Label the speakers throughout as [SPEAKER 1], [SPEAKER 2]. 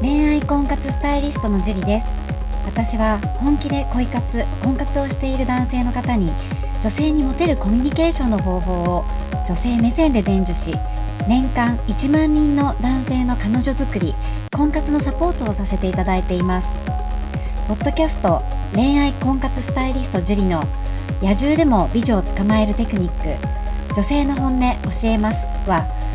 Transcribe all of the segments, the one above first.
[SPEAKER 1] 恋愛婚活スタイリストのジュリです私は本気で恋活婚活をしている男性の方に女性にモテるコミュニケーションの方法を女性目線で伝授し年間1万人の男性の彼女作り婚活のサポートをさせていただいていますポッドキャスト恋愛婚活スタイリストジュリの野獣でも美女を捕まえるテクニック女性の本音教えますは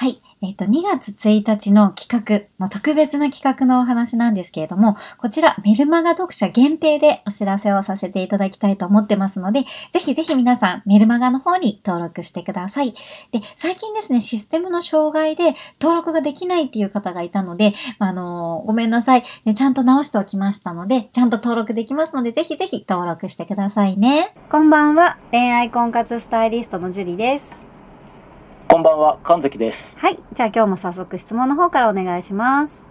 [SPEAKER 1] はい。えっ、と、2月1日の企画、まあ、特別な企画のお話なんですけれども、こちらメルマガ読者限定でお知らせをさせていただきたいと思ってますので、ぜひぜひ皆さんメルマガの方に登録してください。で、最近ですね、システムの障害で登録ができないっていう方がいたので、あのーごめんなさい、ね。ちゃんと直しておきましたので、ちゃんと登録できますので、ぜひぜひ登録してくださいね。こんばんは。恋愛婚活スタイリストのジュリです。
[SPEAKER 2] こんばんは、神崎です。
[SPEAKER 1] はい。じゃあ今日も早速質問の方からお願いします。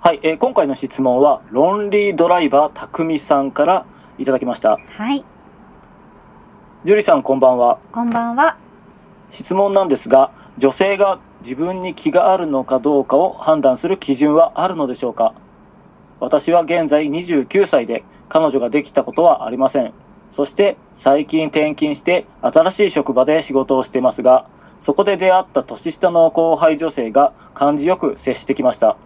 [SPEAKER 2] はい、えー今回の質問は、ロンリードライバーたくみさんからいただきました。
[SPEAKER 1] はい。
[SPEAKER 2] ジュリさん、こんばんは。
[SPEAKER 1] こんばんは。
[SPEAKER 2] 質問なんですが、女性が自分に気があるのかどうかを判断する基準はあるのでしょうか私は現在29歳で、彼女ができたことはありません。そして、最近転勤して、新しい職場で仕事をしてますが、そこで出会った年下の後輩女性が感じよく接してきました。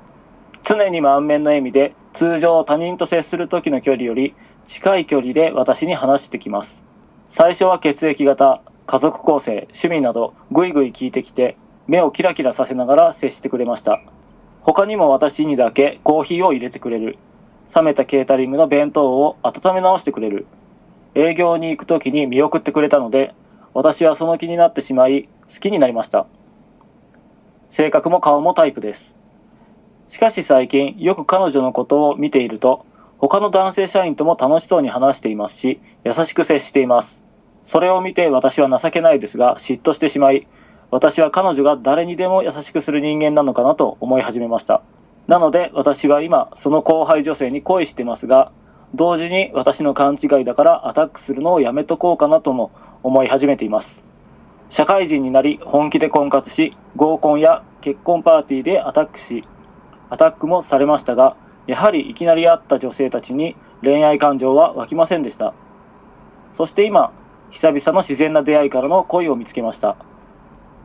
[SPEAKER 2] 常に満面の笑みで、通常他人と接する時の距離より近い距離で私に話してきます。最初は血液型家族構成趣味などぐいぐい聞いてきて目をキラキラさせながら接してくれました他にも私にだけコーヒーを入れてくれる冷めたケータリングの弁当を温め直してくれる営業に行く時に見送ってくれたので私はその気になってしまい好きになりました性格も顔もタイプですしかし最近よく彼女のことを見ていると他の男性社員とも楽しそうに話していますし優しく接していますそれを見て私は情けないですが嫉妬してしまい私は彼女が誰にでも優しくする人間なのかなと思い始めましたなので私は今その後輩女性に恋してますが同時に私の勘違いだからアタックするのをやめとこうかなとも思い始めています社会人になり本気で婚活し合コンや結婚パーティーでアタックしアタックもされましたがやはりいきなり会った女性たちに恋愛感情は湧きませんでしたそして今久々の自然な出会いからの恋を見つけました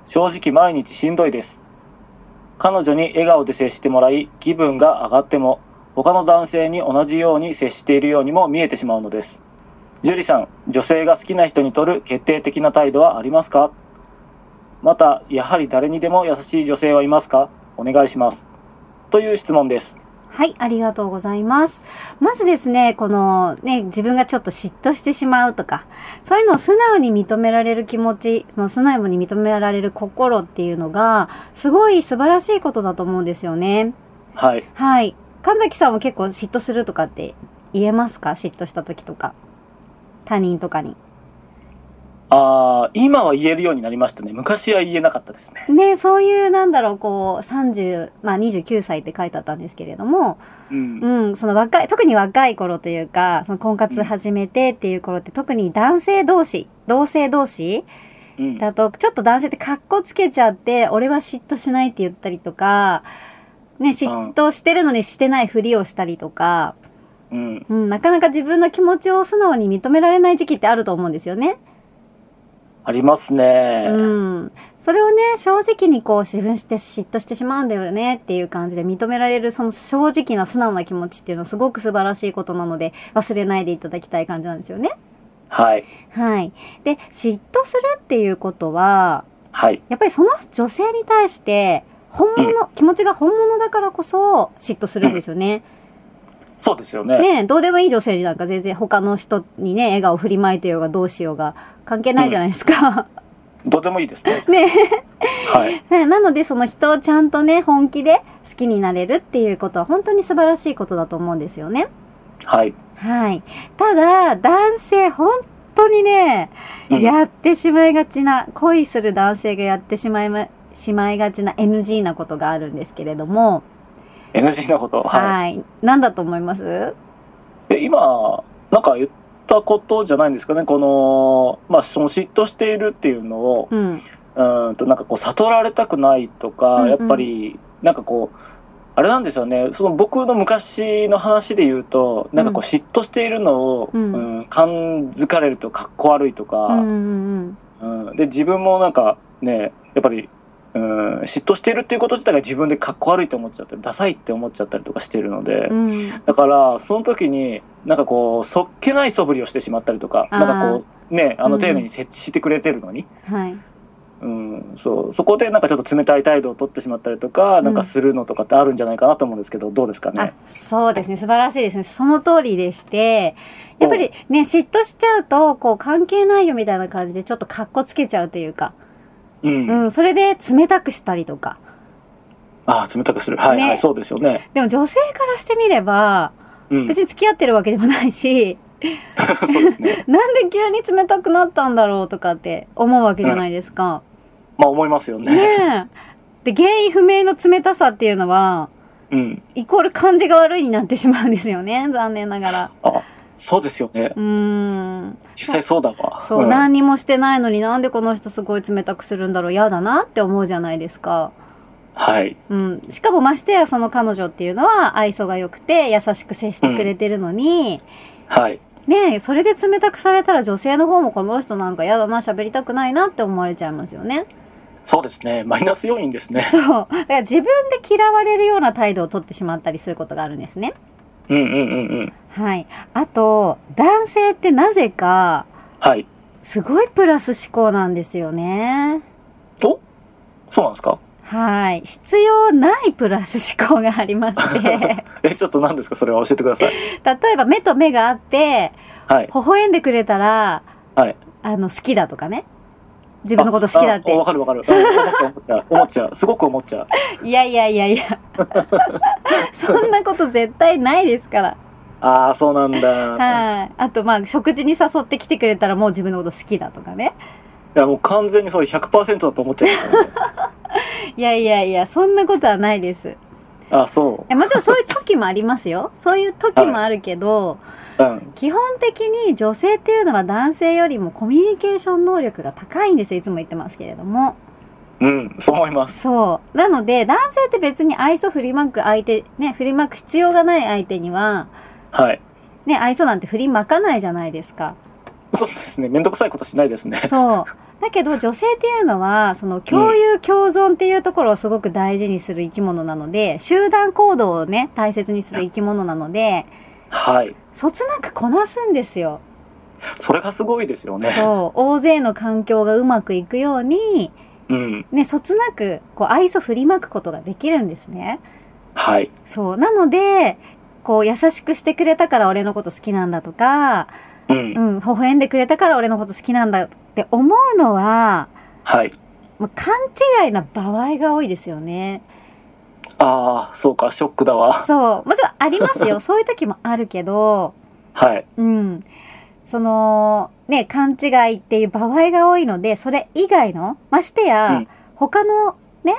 [SPEAKER 2] 正直毎日しんどいです彼女に笑顔で接してもらい気分が上がっても他の男性に同じように接しているようにも見えてしまうのですジュリさん女性が好きな人にとる決定的な態度はありますかまたやはり誰にでも優しい女性はいますかお願いしますという質問です
[SPEAKER 3] はい、ありがとうございます。まずですね、このね、自分がちょっと嫉妬してしまうとか、そういうのを素直に認められる気持ち、その素直に認められる心っていうのが、すごい素晴らしいことだと思うんですよね。
[SPEAKER 2] はい
[SPEAKER 3] はい。神崎さんは結構嫉妬するとかって言えますか嫉妬した時とか。他人とかに。
[SPEAKER 2] あー今は言えるようになりましたね昔は言えなかったですね
[SPEAKER 3] ね、そういう、なんだろう、こう、30、まあ29歳って書いてあったんですけれども、
[SPEAKER 2] うん、
[SPEAKER 3] うん、その若い、特に若い頃というか、その婚活始めてっていう頃って、特に男性同士、同性同士
[SPEAKER 2] うん
[SPEAKER 3] だと、ちょっと男性って格好つけちゃって、俺は嫉妬しないって言ったりとか、ね、嫉妬してるのにしてないふりをしたりとか、
[SPEAKER 2] うん、
[SPEAKER 3] うん、なかなか自分の気持ちを素直に認められない時期ってあると思うんですよね。
[SPEAKER 2] ありますね、
[SPEAKER 3] うん。それをね、正直にこう、自分して嫉妬してしまうんだよねっていう感じで認められる、その正直な素直な気持ちっていうのはすごく素晴らしいことなので、忘れないでいただきたい感じなんですよね。
[SPEAKER 2] はい。
[SPEAKER 1] はい。で、嫉妬するっていうことは、
[SPEAKER 2] はい。
[SPEAKER 1] やっぱりその女性に対して、本物、気持ちが本物だからこそ嫉妬するんですよね。
[SPEAKER 2] そうですよね。
[SPEAKER 1] ねえどうでもいい女性になんか全然他の人にね、笑顔振りまいてようがどうしようが関係ないじゃないですか。
[SPEAKER 2] どうでもいいですね。
[SPEAKER 1] ね
[SPEAKER 2] はい。
[SPEAKER 1] えなのでその人をちゃんとね、本気で好きになれるっていうことは本当に素晴らしいことだと思うんですよね。
[SPEAKER 2] はい。
[SPEAKER 1] はい。ただ、男性本当にね、
[SPEAKER 2] うん
[SPEAKER 1] やってしまいがちな、恋する男性がやってしまいま、しまいがちな NG なことがあるんですけれども、
[SPEAKER 2] NG なこと。は
[SPEAKER 1] はい。何だと思います
[SPEAKER 2] い。え今、なんか言ったことじゃないんですかね。この、まあ、その嫉妬しているっていうのを、
[SPEAKER 1] うん。
[SPEAKER 2] うーんと、なんかこう、悟られたくないとか、
[SPEAKER 1] うんうん
[SPEAKER 2] やっぱり、なんかこう、あれなんですよね。その僕の昔の話で言うと、なんかこ
[SPEAKER 1] う
[SPEAKER 2] う、
[SPEAKER 1] ん
[SPEAKER 2] 嫉妬しているのを、
[SPEAKER 1] う
[SPEAKER 2] うんん、感づかれるとかっこ悪いとか、
[SPEAKER 1] うんうん
[SPEAKER 2] うん、で自分もなんかねやっぱり、うん、嫉妬しているっていうこと自体が自分でかっこ悪いと思っちゃったりダサいって思っちゃったりとかしてるので、
[SPEAKER 1] うん。うん。
[SPEAKER 2] だからその時になんかこうそっけない素振りをしてしまったりとか
[SPEAKER 1] あー
[SPEAKER 2] なんかこうねあ
[SPEAKER 1] う
[SPEAKER 2] の
[SPEAKER 1] ん
[SPEAKER 2] 丁寧に設置してくれてるのに、
[SPEAKER 1] はい。
[SPEAKER 2] うんそうそこでなんかちょっと冷たい態度を取ってしまったりとか、
[SPEAKER 1] ん
[SPEAKER 2] なんかするのとかってあるんじゃないかなと思うんですけどどうですか
[SPEAKER 1] あ
[SPEAKER 2] ね。、
[SPEAKER 1] そうですね。素晴らしいですね。その通りでして、やっぱりね、嫉妬しちゃうと、こう、関係ないよみたいな感じで、ちょっと格好つけちゃうというか、
[SPEAKER 2] うん、
[SPEAKER 1] うん、それで冷たくしたりとか。
[SPEAKER 2] あー冷たくするはい、
[SPEAKER 1] ね
[SPEAKER 2] はい、そうですよね。
[SPEAKER 1] でも女性からしてみれば、
[SPEAKER 2] うん、
[SPEAKER 1] 別に付き合ってるわけでもないし、
[SPEAKER 2] そうですね。
[SPEAKER 1] なんで急に冷たくなったんだろうとかって思うわけじゃないですか。
[SPEAKER 2] まあ思いますよね。
[SPEAKER 1] ねえ。で、原因不明の冷たさっていうのは、
[SPEAKER 2] うん、
[SPEAKER 1] イコール感じが悪いになってしまうんですよね。残念ながら。
[SPEAKER 2] あそうですよね。
[SPEAKER 1] うーん。
[SPEAKER 2] 実際そうだわ。
[SPEAKER 1] そう、
[SPEAKER 2] ん
[SPEAKER 1] 何にもしてないのになんでこの人すごい冷たくするんだろう嫌だなって思うじゃないですか。
[SPEAKER 2] はい。
[SPEAKER 1] うん。しかもましてやその彼女っていうのは愛想が良くて優しく接してくれてるのに、
[SPEAKER 2] はい。
[SPEAKER 1] ねえ、それで冷たくされたら女性の方もこの人なんか嫌だな、喋りたくないなって思われちゃいますよね。
[SPEAKER 2] そうですね。マイナス要因ですね。
[SPEAKER 1] そう。だから自分で嫌われるような態度をとってしまったりすることがあるんですね。
[SPEAKER 2] うんうんうんうん。
[SPEAKER 1] はい。あと、男性ってなぜか、
[SPEAKER 2] はい。
[SPEAKER 1] すごいプラス思考なんですよね。
[SPEAKER 2] おそうなんですか
[SPEAKER 1] はい。必要ないプラス思考がありまして、
[SPEAKER 2] え、ちょっと何ですかそれは教えてください。
[SPEAKER 1] 例えば目と目があって、
[SPEAKER 2] はい。
[SPEAKER 1] 微笑んでくれたら、
[SPEAKER 2] はい
[SPEAKER 1] あの、好きだとかね。自分のこと好きだって
[SPEAKER 2] ああわかるわかる。うん思っちゃう思っ ちゃう。思っちゃう。すごく思っちゃう。
[SPEAKER 1] いやいやいやいや。 そんなこと絶対ないですから。
[SPEAKER 2] ああ、そうなんだ。い
[SPEAKER 1] はい。あと、まあ、食事に誘ってきてくれたらもう自分のこと好きだとかね。
[SPEAKER 2] や、もう完全にそれ100%だと思っちゃいましたね。
[SPEAKER 1] いやいやいや、そんなことはないです。
[SPEAKER 2] あそ
[SPEAKER 1] えも ちろんそういう時もありますよ。そういう時もあるけど、
[SPEAKER 2] う。うん。
[SPEAKER 1] 基本的に女性っていうのは男性よりもコミュニケーション能力が高いんですよ。いつも言ってますけれども。
[SPEAKER 2] うん。そう思います。
[SPEAKER 1] そう。なので、男性って別に愛想振りまく相手、ね、振りまく必要がない相手には、
[SPEAKER 2] はい。
[SPEAKER 1] ね、愛想なんて振りまかないじゃないですか。
[SPEAKER 2] そうですね。めんどくさいことしないですね。
[SPEAKER 1] そう。だけど女性っていうのは、その共有共存っていうところをすごく大事にする生き物なので、集団行動をね、大切にする生き物なので、
[SPEAKER 2] はい。
[SPEAKER 1] そつなくこなすんですよ。
[SPEAKER 2] それがすごいですよね。
[SPEAKER 1] そう。大勢の環境がうまくいくように、
[SPEAKER 2] うん。
[SPEAKER 1] ね、そつなく、こう、愛想振りまくことができるんですね。
[SPEAKER 2] はい。
[SPEAKER 1] そう。なので、こう、優しくしてくれたから俺のこと好きなんだとか、
[SPEAKER 2] うん
[SPEAKER 1] う。ん、微笑んでくれたから俺のこと好きなんだって思うのは、
[SPEAKER 2] はい。
[SPEAKER 1] まあ、勘違いな場合が多いですよね。
[SPEAKER 2] ああ、そうか。ショックだわ。
[SPEAKER 1] そう。もちろんあります よ。そういう時もあるけど、
[SPEAKER 2] はい。
[SPEAKER 1] うん。その、ね、勘違いっていう場合が多いので、それ以外の、ましてや、
[SPEAKER 2] うん
[SPEAKER 1] 他のね、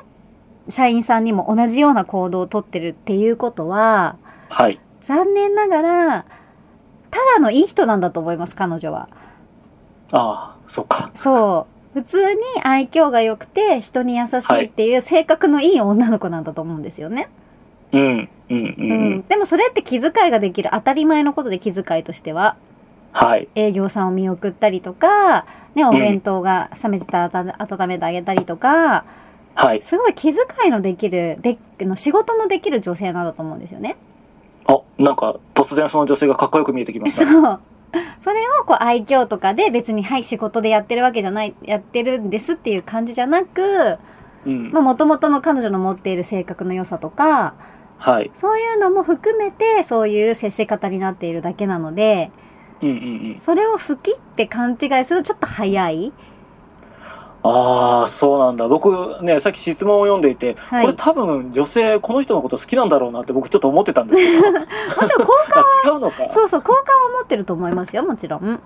[SPEAKER 1] 社員さんにも同じような行動をとってるっていうことは、
[SPEAKER 2] はい。
[SPEAKER 1] 残念ながら、ただのいい人なんだと思います、彼女は。
[SPEAKER 2] ああ、そうか。
[SPEAKER 1] そう。普通に愛嬌が良くて、人に優しいっていう性格のいい女の子なんだと思うんですよね。
[SPEAKER 2] うん、うん、うん。う
[SPEAKER 1] うん
[SPEAKER 2] ん、
[SPEAKER 1] でもそれって気遣いができる当たり前のことで気遣いとしては
[SPEAKER 2] はい。
[SPEAKER 1] 営業さんを見送ったりとか、ね、お弁当が冷めてたら温温めてあげたりとか
[SPEAKER 2] はい。
[SPEAKER 1] すごい気遣いのできるでの仕事のできる女性なんだと思うんですよね。
[SPEAKER 2] あ、なんか、突然その女性がかっこよく見えてきまし
[SPEAKER 1] そ
[SPEAKER 2] た。
[SPEAKER 1] うそれをこう愛嬌とかで別に、はい、仕事でやってるわけじゃない、やってるんですっていう感じじゃなく、
[SPEAKER 2] うん
[SPEAKER 1] まあ、元々の彼女の持っている性格の良さとか、
[SPEAKER 2] はい
[SPEAKER 1] そういうのも含めて、そういう接し方になっているだけなので、
[SPEAKER 2] うんうんうん
[SPEAKER 1] それを好きって勘違いするとちょっと早い。
[SPEAKER 2] ああそうなんだ僕ねさっき質問を読んでいて、
[SPEAKER 1] は
[SPEAKER 2] これ
[SPEAKER 1] い。
[SPEAKER 2] 多分女性この人のこと好きなんだろうなって僕ちょっと思ってたんですけ
[SPEAKER 1] も
[SPEAKER 2] ど
[SPEAKER 1] ちろん、こ
[SPEAKER 2] あ違うのか
[SPEAKER 1] う、そうそう、好感は持ってると思いますよ、もちろん。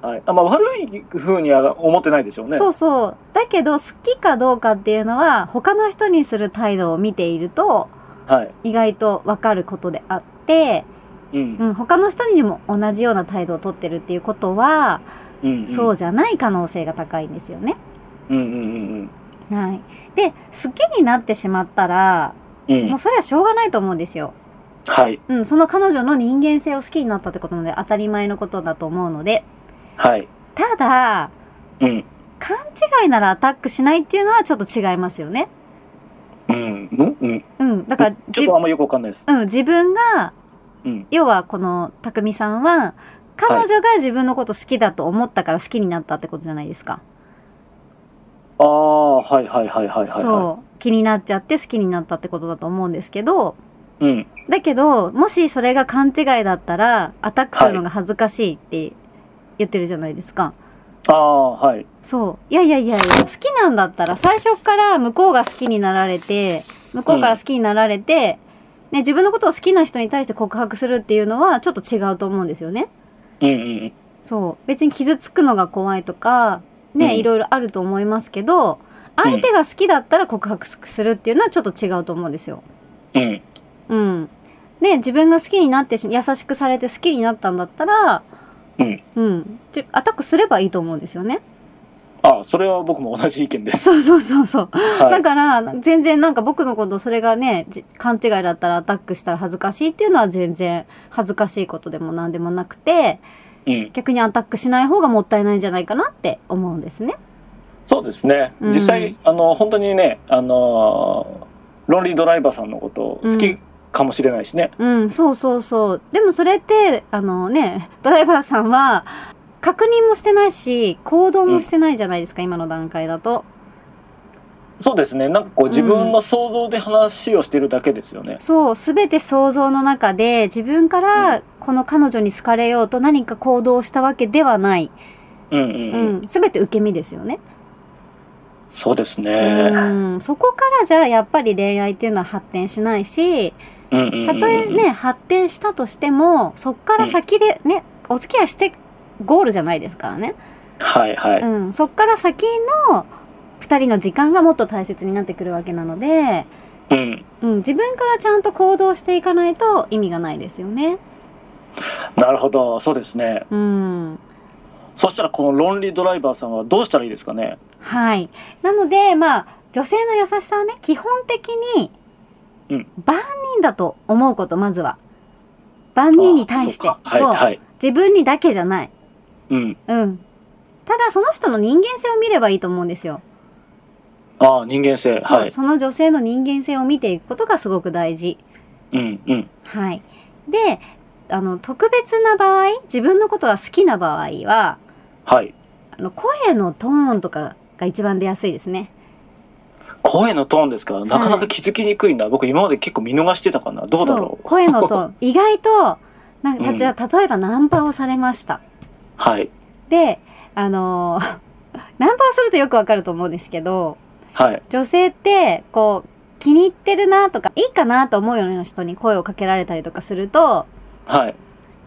[SPEAKER 2] はいあまあ、悪いふうには思ってないでしょうね
[SPEAKER 1] そうそう。だけど、好きかどうかっていうのは、他の人にする態度を見ていると、
[SPEAKER 2] はい、
[SPEAKER 1] 意外とわかることであって、
[SPEAKER 2] うん
[SPEAKER 1] うん、他の人にも同じような態度をとってるっていうことは、
[SPEAKER 2] うんうん、
[SPEAKER 1] そうじゃない可能性が高いんですよね。
[SPEAKER 2] うんうん
[SPEAKER 1] はい。で、好きになってしまったら、
[SPEAKER 2] うんうんう
[SPEAKER 1] も
[SPEAKER 2] ん
[SPEAKER 1] うそれはしょうがないと思うんですよ。
[SPEAKER 2] はい
[SPEAKER 1] うん、その彼女の人間性を好きになったってことなので当たり前のことだと思うので、
[SPEAKER 2] はい
[SPEAKER 1] ただ、
[SPEAKER 2] うん
[SPEAKER 1] 勘違いならアタックしないっていうのはちょっと違いますよね。
[SPEAKER 2] うんうんうん
[SPEAKER 1] うん、だから、
[SPEAKER 2] ちょっとあんまよくわかんないです
[SPEAKER 1] うん、自分が、
[SPEAKER 2] うん
[SPEAKER 1] 要はこの匠さんは、彼女が自分のこと好きだと思ったから好きになったってことじゃないですか。
[SPEAKER 2] ああはいはいはいはいはいは
[SPEAKER 1] そう。気になっちゃって好きになったってことだと思うんですけど、
[SPEAKER 2] いうん
[SPEAKER 1] だけど、もしそれが勘違いだったら、アタックするのが恥ずかしいって言ってるじゃないですか。
[SPEAKER 2] ああはい
[SPEAKER 1] そう。いやいやいやいや、好きなんだったら最初から向こうが好きになられて、向こうから好きになられて、ね、自分のことを好きな人に対して告白するっていうのはちょっと違うと思うんですよね。
[SPEAKER 2] うんうん
[SPEAKER 1] そう。別に傷つくのが怖いとか、ね、
[SPEAKER 2] うん
[SPEAKER 1] いろいろあると思いますけど、相手が好きだったら告白するっていうのはちょっと違うと思うんですよ。
[SPEAKER 2] うんうん
[SPEAKER 1] うん。ね、自分が好きになってし優しくされて好きになったんだったら、
[SPEAKER 2] うん
[SPEAKER 1] うん。じアタックすればいいと思うんですよね。
[SPEAKER 2] ああそれは僕も同じ意見です
[SPEAKER 1] そうそうそうそう。
[SPEAKER 2] は
[SPEAKER 1] だ
[SPEAKER 2] い
[SPEAKER 1] から、全然なんか僕のこと、それがね、じ勘違いだったらアタックしたら恥ずかしいっていうのは全然恥ずかしいことでも何でもなくて、
[SPEAKER 2] うん
[SPEAKER 1] 逆にアタックしない方がもったいないんじゃないかなって思うんですね。
[SPEAKER 2] そうですね
[SPEAKER 1] うん
[SPEAKER 2] 実際あの本当にねあのーロンリードライバーさんのこと好
[SPEAKER 1] う
[SPEAKER 2] きかもしれないしね
[SPEAKER 1] うん、そうそうそう。でもそれって、あのね、ドライバーさんは、確認もしてないし、行動もしてないじゃないですか、今の段階だと。
[SPEAKER 2] そうですねなんかこう自分の想像で話をしてるだけですよね
[SPEAKER 1] そう、すべて想像の中で、自分からこの彼女に好かれようと何か行動をしたわけではない。
[SPEAKER 2] うんうんうん
[SPEAKER 1] うん、すべて受け身ですよね。
[SPEAKER 2] そうですね
[SPEAKER 1] うんそこからじゃあやっぱり恋愛っていうのは発展しないし、
[SPEAKER 2] うんうんうんう
[SPEAKER 1] た
[SPEAKER 2] ん
[SPEAKER 1] とえね、発展したとしても、そっから先でね、お付き合いしてゴールじゃないですからね。
[SPEAKER 2] はいは
[SPEAKER 1] う
[SPEAKER 2] い
[SPEAKER 1] ん、そっから先の二人の時間がもっと大切になってくるわけなので、
[SPEAKER 2] うん
[SPEAKER 1] うん、自分からちゃんと行動していかないと意味がないですよね。
[SPEAKER 2] なるほどそうですね
[SPEAKER 1] うん。
[SPEAKER 2] そしたらこのロンリードライバーさんはどうしたらいいですかね
[SPEAKER 1] はい。なので、まあ、女性の優しさはね、基本的に
[SPEAKER 2] うん、
[SPEAKER 1] 万人だと思うこと、まずは。万人に対して。
[SPEAKER 2] あそうかはいはい
[SPEAKER 1] 自分にだけじゃない。
[SPEAKER 2] うん
[SPEAKER 1] うん。ただ、その人の人間性を見ればいいと思うんですよ。
[SPEAKER 2] ああ人間性
[SPEAKER 1] そう
[SPEAKER 2] はい
[SPEAKER 1] その女性の人間性を見ていくことがすごく大事。
[SPEAKER 2] うんうん
[SPEAKER 1] はい。で、あの、特別な場合、自分のことが好きな場合は、
[SPEAKER 2] はい
[SPEAKER 1] あの、声のトーンとかが一番出やすいですね。
[SPEAKER 2] 声のトーンですからなかなか気づきにくいんだ、僕今まで結構見逃してたかなどうだろう
[SPEAKER 1] 声のト ーン意外となんか
[SPEAKER 2] うん
[SPEAKER 1] じゃあ例えばナンパをされました
[SPEAKER 2] はい
[SPEAKER 1] であのー ナンパをするとよくわかると思うんですけど
[SPEAKER 2] はい
[SPEAKER 1] 女性ってこう気に入ってるなとかいいかなと思うような人に声をかけられたりとかすると
[SPEAKER 2] はい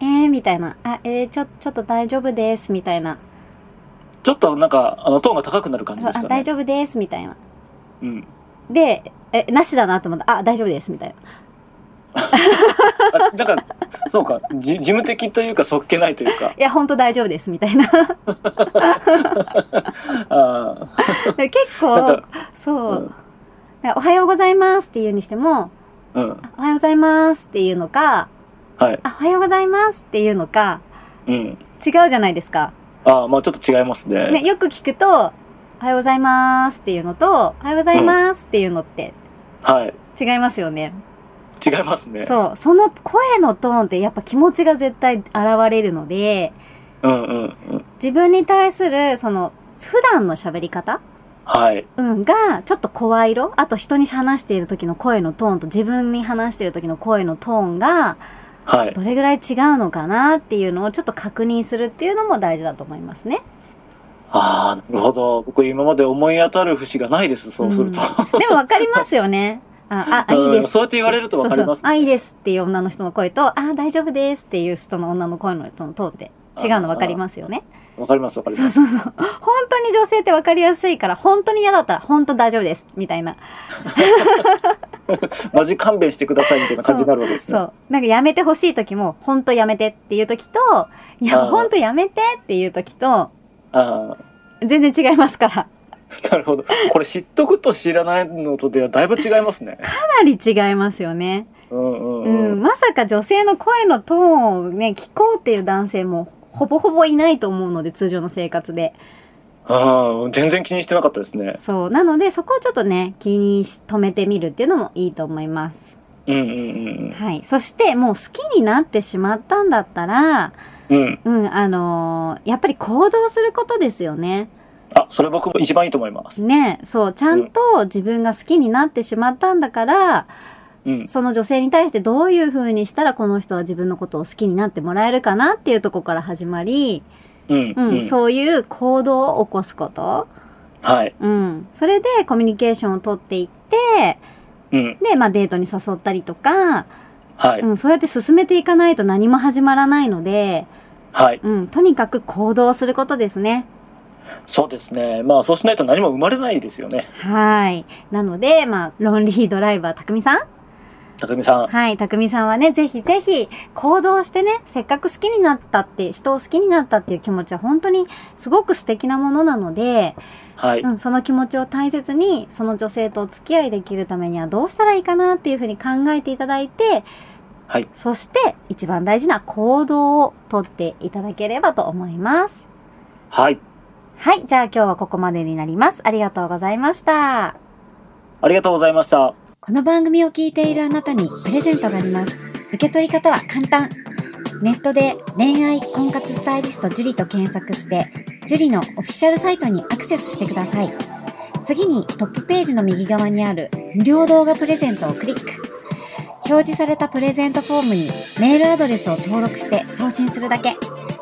[SPEAKER 1] 「えー」みたいな「あえー、ちょちょっと大丈夫です」みたいな
[SPEAKER 2] ちょっとなんかあのトーンが高くな
[SPEAKER 1] 「
[SPEAKER 2] る感じ
[SPEAKER 1] あ
[SPEAKER 2] でしたね
[SPEAKER 1] 大丈夫です」みたいな
[SPEAKER 2] うん
[SPEAKER 1] で「えなしだな」と思ったら「あ大丈夫です」みたいな
[SPEAKER 2] あだからそうかじ事務的というかそっけないというか
[SPEAKER 1] 「いや本当大丈夫です」みたいな
[SPEAKER 2] あ
[SPEAKER 1] 結
[SPEAKER 2] あなん
[SPEAKER 1] 構
[SPEAKER 2] か
[SPEAKER 1] そう
[SPEAKER 2] うん、
[SPEAKER 1] だからおはようございます」っていうにしても
[SPEAKER 2] うん
[SPEAKER 1] おはようございますっていうのか、
[SPEAKER 2] はい
[SPEAKER 1] あ、おはようございますっていうのか、
[SPEAKER 2] うん
[SPEAKER 1] 違うじゃないですか。
[SPEAKER 2] ああまあちょっと違いますね
[SPEAKER 1] ね、よく聞くと、おはようございますっていうのと、おはようございますっていうのって
[SPEAKER 2] はい
[SPEAKER 1] 違いますよね。
[SPEAKER 2] 違いますね
[SPEAKER 1] そう、その声のトーンってやっぱ気持ちが絶対現れるので、
[SPEAKER 2] うんうんうん。
[SPEAKER 1] 自分に対する、その、普段の喋り方
[SPEAKER 2] はい。
[SPEAKER 1] うん、が、ちょっと声色あと人に話している時の声のトーンと自分に話している時の声のトーンが、
[SPEAKER 2] はい。
[SPEAKER 1] どれぐらい違うのかなっていうのをちょっと確認するっていうのも大事だと思います ね。
[SPEAKER 2] ああ、なるほど。僕今まで思い当たる節がないです。そうすると。
[SPEAKER 1] うんでもわかりますよね。あ、あ、あ
[SPEAKER 2] う
[SPEAKER 1] いい
[SPEAKER 2] ん
[SPEAKER 1] です。
[SPEAKER 2] そうやって言われるとわかります
[SPEAKER 1] そうそ
[SPEAKER 2] ね
[SPEAKER 1] うあ、いいですっていう女の人の声と、あ、大丈夫ですっていう人の女の声の人のトーンって違うのわかりますよね。
[SPEAKER 2] わかりますわかり
[SPEAKER 1] そう
[SPEAKER 2] ます。
[SPEAKER 1] そうそう。本当に女性ってわかりやすいから、本当に嫌だったら、本当大丈夫ですみたいな。
[SPEAKER 2] マジ勘弁してくださいみたいな感じになるわけです
[SPEAKER 1] そ
[SPEAKER 2] ね。
[SPEAKER 1] う。なんかやめてほしい時も、本当やめてっていう時と、いや、
[SPEAKER 2] あー
[SPEAKER 1] 本当やめてっていう時と、
[SPEAKER 2] あ
[SPEAKER 1] 全然違いますから。か
[SPEAKER 2] あ、なるほど。これ知っとくと知らないのとではだいぶ違いますね。
[SPEAKER 1] なり違いますよね。
[SPEAKER 2] うんう
[SPEAKER 1] うん、
[SPEAKER 2] うんん。
[SPEAKER 1] まさか女性の声のトーンをね、聞こうっていう男性もほぼほぼいないと思うので、通常の生活で。
[SPEAKER 2] ああ、全然気にしてなかったですね。
[SPEAKER 1] そう。なので、そこをちょっとね、気にし留めてみるっていうのもいいと思います。
[SPEAKER 2] うんうん
[SPEAKER 1] はい。そして、もう好きになってしまったんだったら、
[SPEAKER 2] うん。うん。
[SPEAKER 1] うん、あのーやっぱり行動することですよね。
[SPEAKER 2] あ、それ僕も一番いいと思います。
[SPEAKER 1] ね、そう。ちゃんと自分が好きになってしまったんだから、
[SPEAKER 2] うん。
[SPEAKER 1] その女性に対してどういう風にしたらこの人は自分のことを好きになってもらえるかなっていうところから始まり、
[SPEAKER 2] うん
[SPEAKER 1] うん
[SPEAKER 2] うん。
[SPEAKER 1] そういう行動を起こすこと、
[SPEAKER 2] はい。
[SPEAKER 1] うん、それでコミュニケーションを取っていって
[SPEAKER 2] うん。
[SPEAKER 1] で、まあ、デートに誘ったりとか、
[SPEAKER 2] はい。
[SPEAKER 1] うん、そうやって進めていかないと何も始まらないので、
[SPEAKER 2] はい。
[SPEAKER 1] うん、とにかく行動することですね。
[SPEAKER 2] そうですね。まあそうしないと何も生まれないですよね。
[SPEAKER 1] はい。なので、まあ、ロンリードライバー、たくみさん
[SPEAKER 2] 高見さん。
[SPEAKER 1] はい、たくみさんはね、ぜひぜひ行動してね、せっかく好きになったって、人を好きになったっていう気持ちは本当にすごく素敵なものなので、
[SPEAKER 2] はい。
[SPEAKER 1] うん、その気持ちを大切にその女性とお付き合いできるためにはどうしたらいいかなっていうふうに考えていただいて
[SPEAKER 2] はい。
[SPEAKER 1] そして一番大事な行動をとっていただければと思います
[SPEAKER 2] はい。
[SPEAKER 1] はいじゃあ今日はここまでになりますありがとうございました
[SPEAKER 2] ありがとうございました。
[SPEAKER 4] この番組を聞いているあなたにプレゼントがあります。受け取り方は簡単。ネットで恋愛婚活スタイリスト樹と検索して、樹のオフィシャルサイトにアクセスしてください。次にトップページの右側にある無料動画プレゼントをクリック。表示されたプレゼントフォームにメールアドレスを登録して送信するだけ。ポ